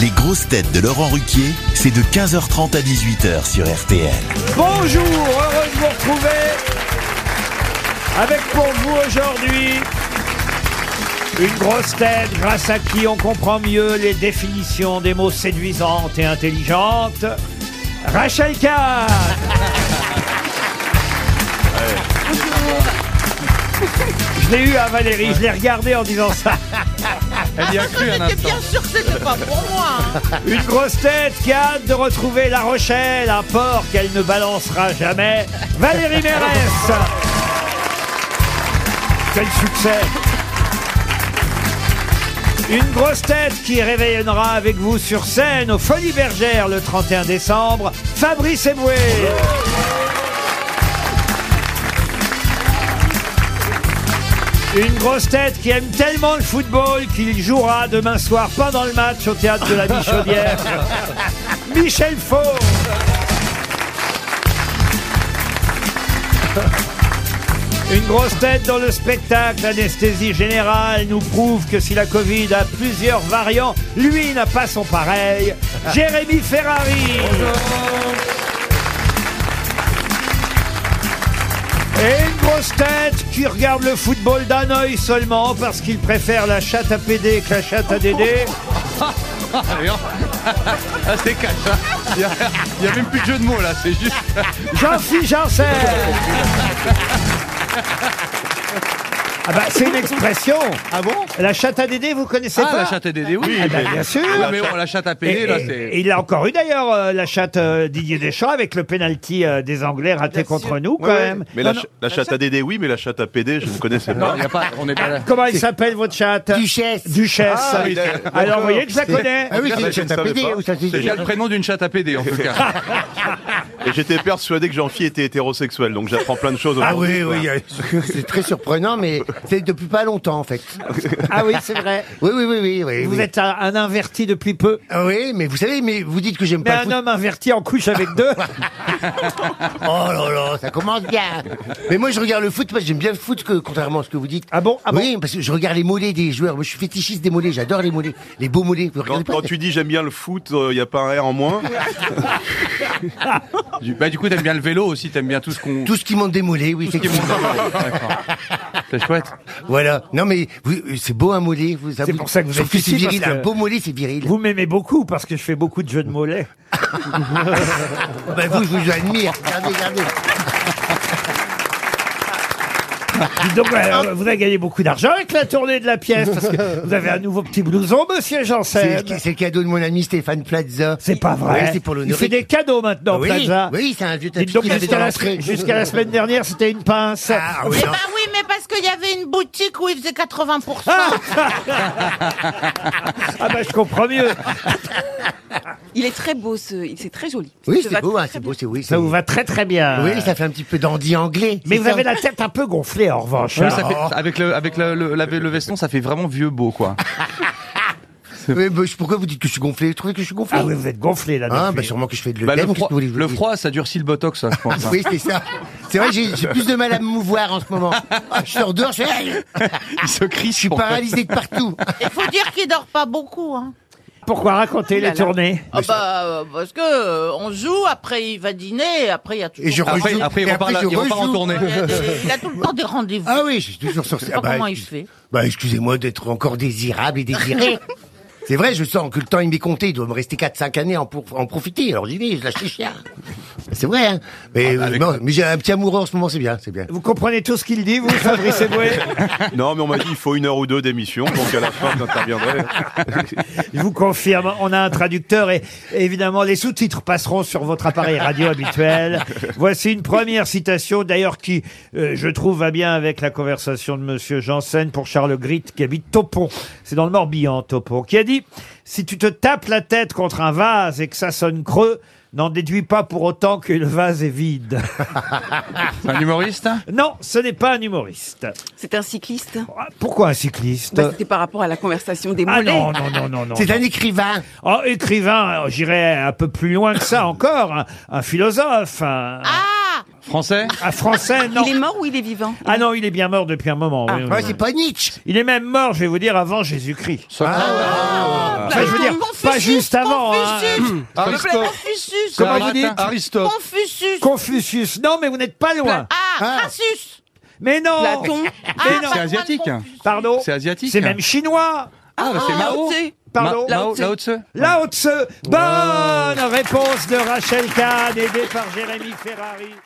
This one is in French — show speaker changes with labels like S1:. S1: Les grosses têtes de Laurent Ruquier, c'est de 15h30 à 18h sur RTL.
S2: Bonjour, heureux de vous retrouver avec pour vous aujourd'hui une grosse tête grâce à qui on comprend mieux les définitions des mots séduisantes et intelligentes. Rachel Kahn Je l'ai eu à Valérie, je l'ai regardé en disant ça.
S3: Elle y a cru un
S4: Ah,
S3: instant.
S4: bien sûr que c'était pas pour moi. hein.
S2: Une grosse tête qui a hâte de retrouver La Rochelle, un port qu'elle ne balancera jamais. Valérie Mérès Quel succès Une grosse tête qui réveillera avec vous sur scène aux Folies Bergères le 31 décembre, Fabrice Eboué Une grosse tête qui aime tellement le football qu'il jouera demain soir pendant le match au théâtre de la Michaudière. Michel Faux. Une grosse tête dans le spectacle Anesthésie Générale nous prouve que si la Covid a plusieurs variants, lui n'a pas son pareil. Jérémy Ferrari. Et une grosse tête qui regarde le football d'un œil seulement parce qu'il préfère la chatte à PD que la chatte à Dédé.
S3: Ah, c'est cash. Il n'y a, même plus de jeu de mots là, c'est juste.
S2: Jean-Philippe Janssen Ah bah c'est une expression
S3: Ah bon
S2: La chatte à Dédé, vous connaissez
S3: Ah,
S2: pas
S3: la chatte à Dédé, oui.
S2: Ah bah, bien sûr
S3: Oui, mais bon, la chatte à
S2: Et-
S3: pédé, là,
S2: et- et
S3: c'est.
S2: il a encore eu d'ailleurs euh, la chatte euh, Didier Deschamps avec le penalty euh, des Anglais raté contre nous quand même.
S5: Mais la, ch- la chatte à Dédé, oui, mais la chatte à PD, je ne connaissais
S3: Non,
S5: pas.
S3: il y a pas. On est pas là.
S2: Comment il s'appelle votre chatte
S6: Duchesse.
S2: Duchesse.
S5: Ah, il a-
S2: Alors vous voyez que je la connais.
S6: Ah oui,
S5: Ah,
S6: c'est
S5: bah,
S6: une
S5: je ne
S6: chatte à
S5: savais
S6: pédé,
S5: pas.
S6: ou ça c'est
S5: C'est
S3: Il y a le prénom d'une chatte à pédé, en tout cas.
S5: Et j'étais persuadé que Jean-Phi était hétérosexuel, donc j'apprends plein de choses.
S6: Ah oui, oui, c'est très surprenant, mais c'est depuis pas longtemps en fait.
S2: Ah oui, c'est vrai.
S6: Oui, oui, oui, oui, oui.
S2: Vous
S6: oui.
S2: êtes un, un inverti depuis peu.
S6: Ah Oui, mais vous savez, mais vous dites que j'aime
S2: Mais
S6: pas
S2: un
S6: le foot.
S2: homme inverti en couche avec deux.
S6: Oh là là, ça commence bien. mais moi, je regarde le foot parce que j'aime bien le foot, que, contrairement à ce que vous dites.
S2: Ah bon Ah bon
S6: Oui, parce que je regarde les mollets des joueurs. Moi, je suis fétichiste des mollets. J'adore les mollets, les beaux mollets. Vous regardez
S5: Quand,
S6: pas
S5: quand tu dis j'aime bien le foot, euh, il n'y a pas un R en moins.
S3: Du- Bah, du coup, t'aimes bien le vélo aussi, t'aimes bien tout ce qu'on.
S6: tout ce qui monte des mollets, oui,
S3: ce qui
S6: effectivement.
S3: monte. D'accord. C'est chouette.
S6: Voilà. Non, mais vous- c'est beau un mollet. Vous,
S2: C'est pour ça que vous
S6: Sauf
S2: êtes
S6: c'est
S2: ici, parce
S6: viril.
S2: que-
S6: Un beau mollet, c'est viril.
S2: Vous m'aimez beaucoup parce que je fais beaucoup de jeux de mollets.
S6: Ah bah, vous, je vous admire. Regardez, regardez.
S2: Dites donc,
S6: Ah.
S2: euh, vous avez gagné beaucoup d'argent avec la tournée de la pièce parce que vous avez un nouveau petit blouson, monsieur Janssen.
S6: C'est c'est le cadeau de mon ami Stéphane Plaza.
S2: C'est pas vrai.
S6: Oui, c'est pour
S2: Il
S6: l'honorer. Ah
S2: fait des cadeaux maintenant,
S6: oui,
S2: Plaza.
S6: Oui, c'est un vieux
S2: Dites
S6: tapis
S2: donc,
S6: qu'il avait dans
S2: jusqu'à la,
S6: l'entrée.
S2: jusqu'à la semaine dernière, c'était une pince.
S6: Ah oui,
S4: Eh
S6: non.
S4: ben oui, mais parce qu'il y avait une boutique où il faisait 80%.
S2: Ah bah je comprends mieux.
S7: Il est très beau, ce... c'est très joli.
S6: Oui,
S7: Ça te
S6: c'est
S7: va
S6: beau,
S7: très,
S6: hein,
S7: très
S6: c'est
S7: bien.
S6: beau, c'est oui.
S2: Ça vous va très très bien.
S6: Oui, ça fait un petit peu dandy anglais.
S2: Mais
S6: c'est
S2: vous
S6: ça
S2: avez la tête un peu gonflée en revanche.
S3: Ouais,
S2: hein.
S3: ça fait- avec le, avec le, le, la- le veston, ça fait vraiment vieux beau, quoi.
S6: Oui, bah, je- pourquoi vous dites que je suis gonflé Vous trouvez que je suis gonflé
S2: Ah oui, vous êtes gonflé là.
S6: Hein,
S2: depuis.
S6: bah, sûrement que je fais de
S3: Bah, le,
S6: l'œdème,
S3: froid,
S6: qu'est-ce que vous voulez que je vous
S3: le
S6: dise
S3: froid, ça durcit le botox, ça, je pense. hein.
S6: Oui, c'est ça. C'est vrai, j'ai j'ai plus de mal à me mouvoir en ce moment. Ah, Je sors dehors, je fais, Aïe
S3: Il se crie,
S6: je suis paralysé de partout.
S4: Il faut dire qu'il dort pas beaucoup. Hein.
S2: Pourquoi raconter
S4: Ouh là
S2: les
S4: là.
S2: tournées
S4: Ah bah, euh, parce que euh, on joue, après il va dîner, et après il y a toujours.
S6: Et je
S3: Après,
S6: rejoue.
S3: après, il
S6: Et
S3: repart,
S6: après,
S3: là-
S6: je
S3: il repart en
S6: rejoue.
S3: tournée.
S4: Il y a des- il a tout le temps des rendez-vous.
S6: Ah oui, je suis toujours sur
S4: sais pas comment il fait.
S6: Bah, excusez-moi d'être encore désirable et désiré. C'est vrai, je sens que le temps il m'est compté. Il doit me rester 4-5 années en, pour- en profiter. Alors j'y vais, je lâche les chiens. C'est vrai, hein. Mais,
S2: Ah,
S3: bah, avec-
S6: non, mais j'ai un petit amoureux en ce moment, c'est bien, c'est bien.
S2: Vous comprenez tout ce qu'il dit, vous, Fabrice Eboué
S5: Non, mais on m'a dit il faut une heure ou deux d'émission, donc à la fin, j'interviendrai.
S2: Je vous confirme, on a un traducteur et évidemment les sous-titres passeront sur votre appareil radio habituel. Voici une première citation d'ailleurs qui, euh, je trouve, va bien avec la conversation de Monsieur Janssen pour Charles Grit qui habite Topon. C'est dans le Morbihan, Topon, qui a dit « Si tu te tapes la tête contre un vase et que ça sonne creux, n'en déduis pas pour autant que le vase est vide.
S3: C'est un humoriste »
S2: Non, ce n'est pas un humoriste.
S7: C'est un cycliste.
S2: Ah, Pourquoi un cycliste
S7: Bah, C'était par rapport à la conversation des
S2: Bah, Ah
S7: mollets.
S2: non, non, non, non, non.
S6: C'est
S2: non.
S6: un écrivain.
S2: Oh, écrivain, euh, j'irais un peu plus loin que ça encore, un, un philosophe, un,
S4: Ah
S3: Français
S2: un français, non.
S7: Il est mort ou il est vivant
S2: Ah non, il est bien mort depuis un moment. oui, oui,
S6: Ouais,
S2: oui.
S6: c'est pas Nietzsche.
S3: Ah,
S2: Il est même mort, je vais vous dire, avant Jésus-Christ.
S3: Socrate
S2: Enfin, je veux dire, pas juste avant. hein.
S4: Ah, Confucius
S3: Aristote.
S4: Confucius
S3: Comment vous
S4: Confucius.
S3: dites Aristote.
S4: Confucius
S2: Confucius. Non, mais vous n'êtes pas loin.
S4: Ah, Crassus
S2: Mais non
S7: Platon.
S4: Ah,
S2: non.
S4: Marwan
S3: asiatique.
S4: Confucius.
S2: Pardon
S3: C'est asiatique.
S2: C'est même chinois.
S3: Ah, bah, c'est Mao.
S7: Lao Tse.
S2: Pardon
S7: Ma-
S3: Mao,
S7: Lao Tse.
S3: Lao Tse.
S2: Lao Tse. Bonne réponse de Rachel Kahn, aidée par Jérémy Ferrari.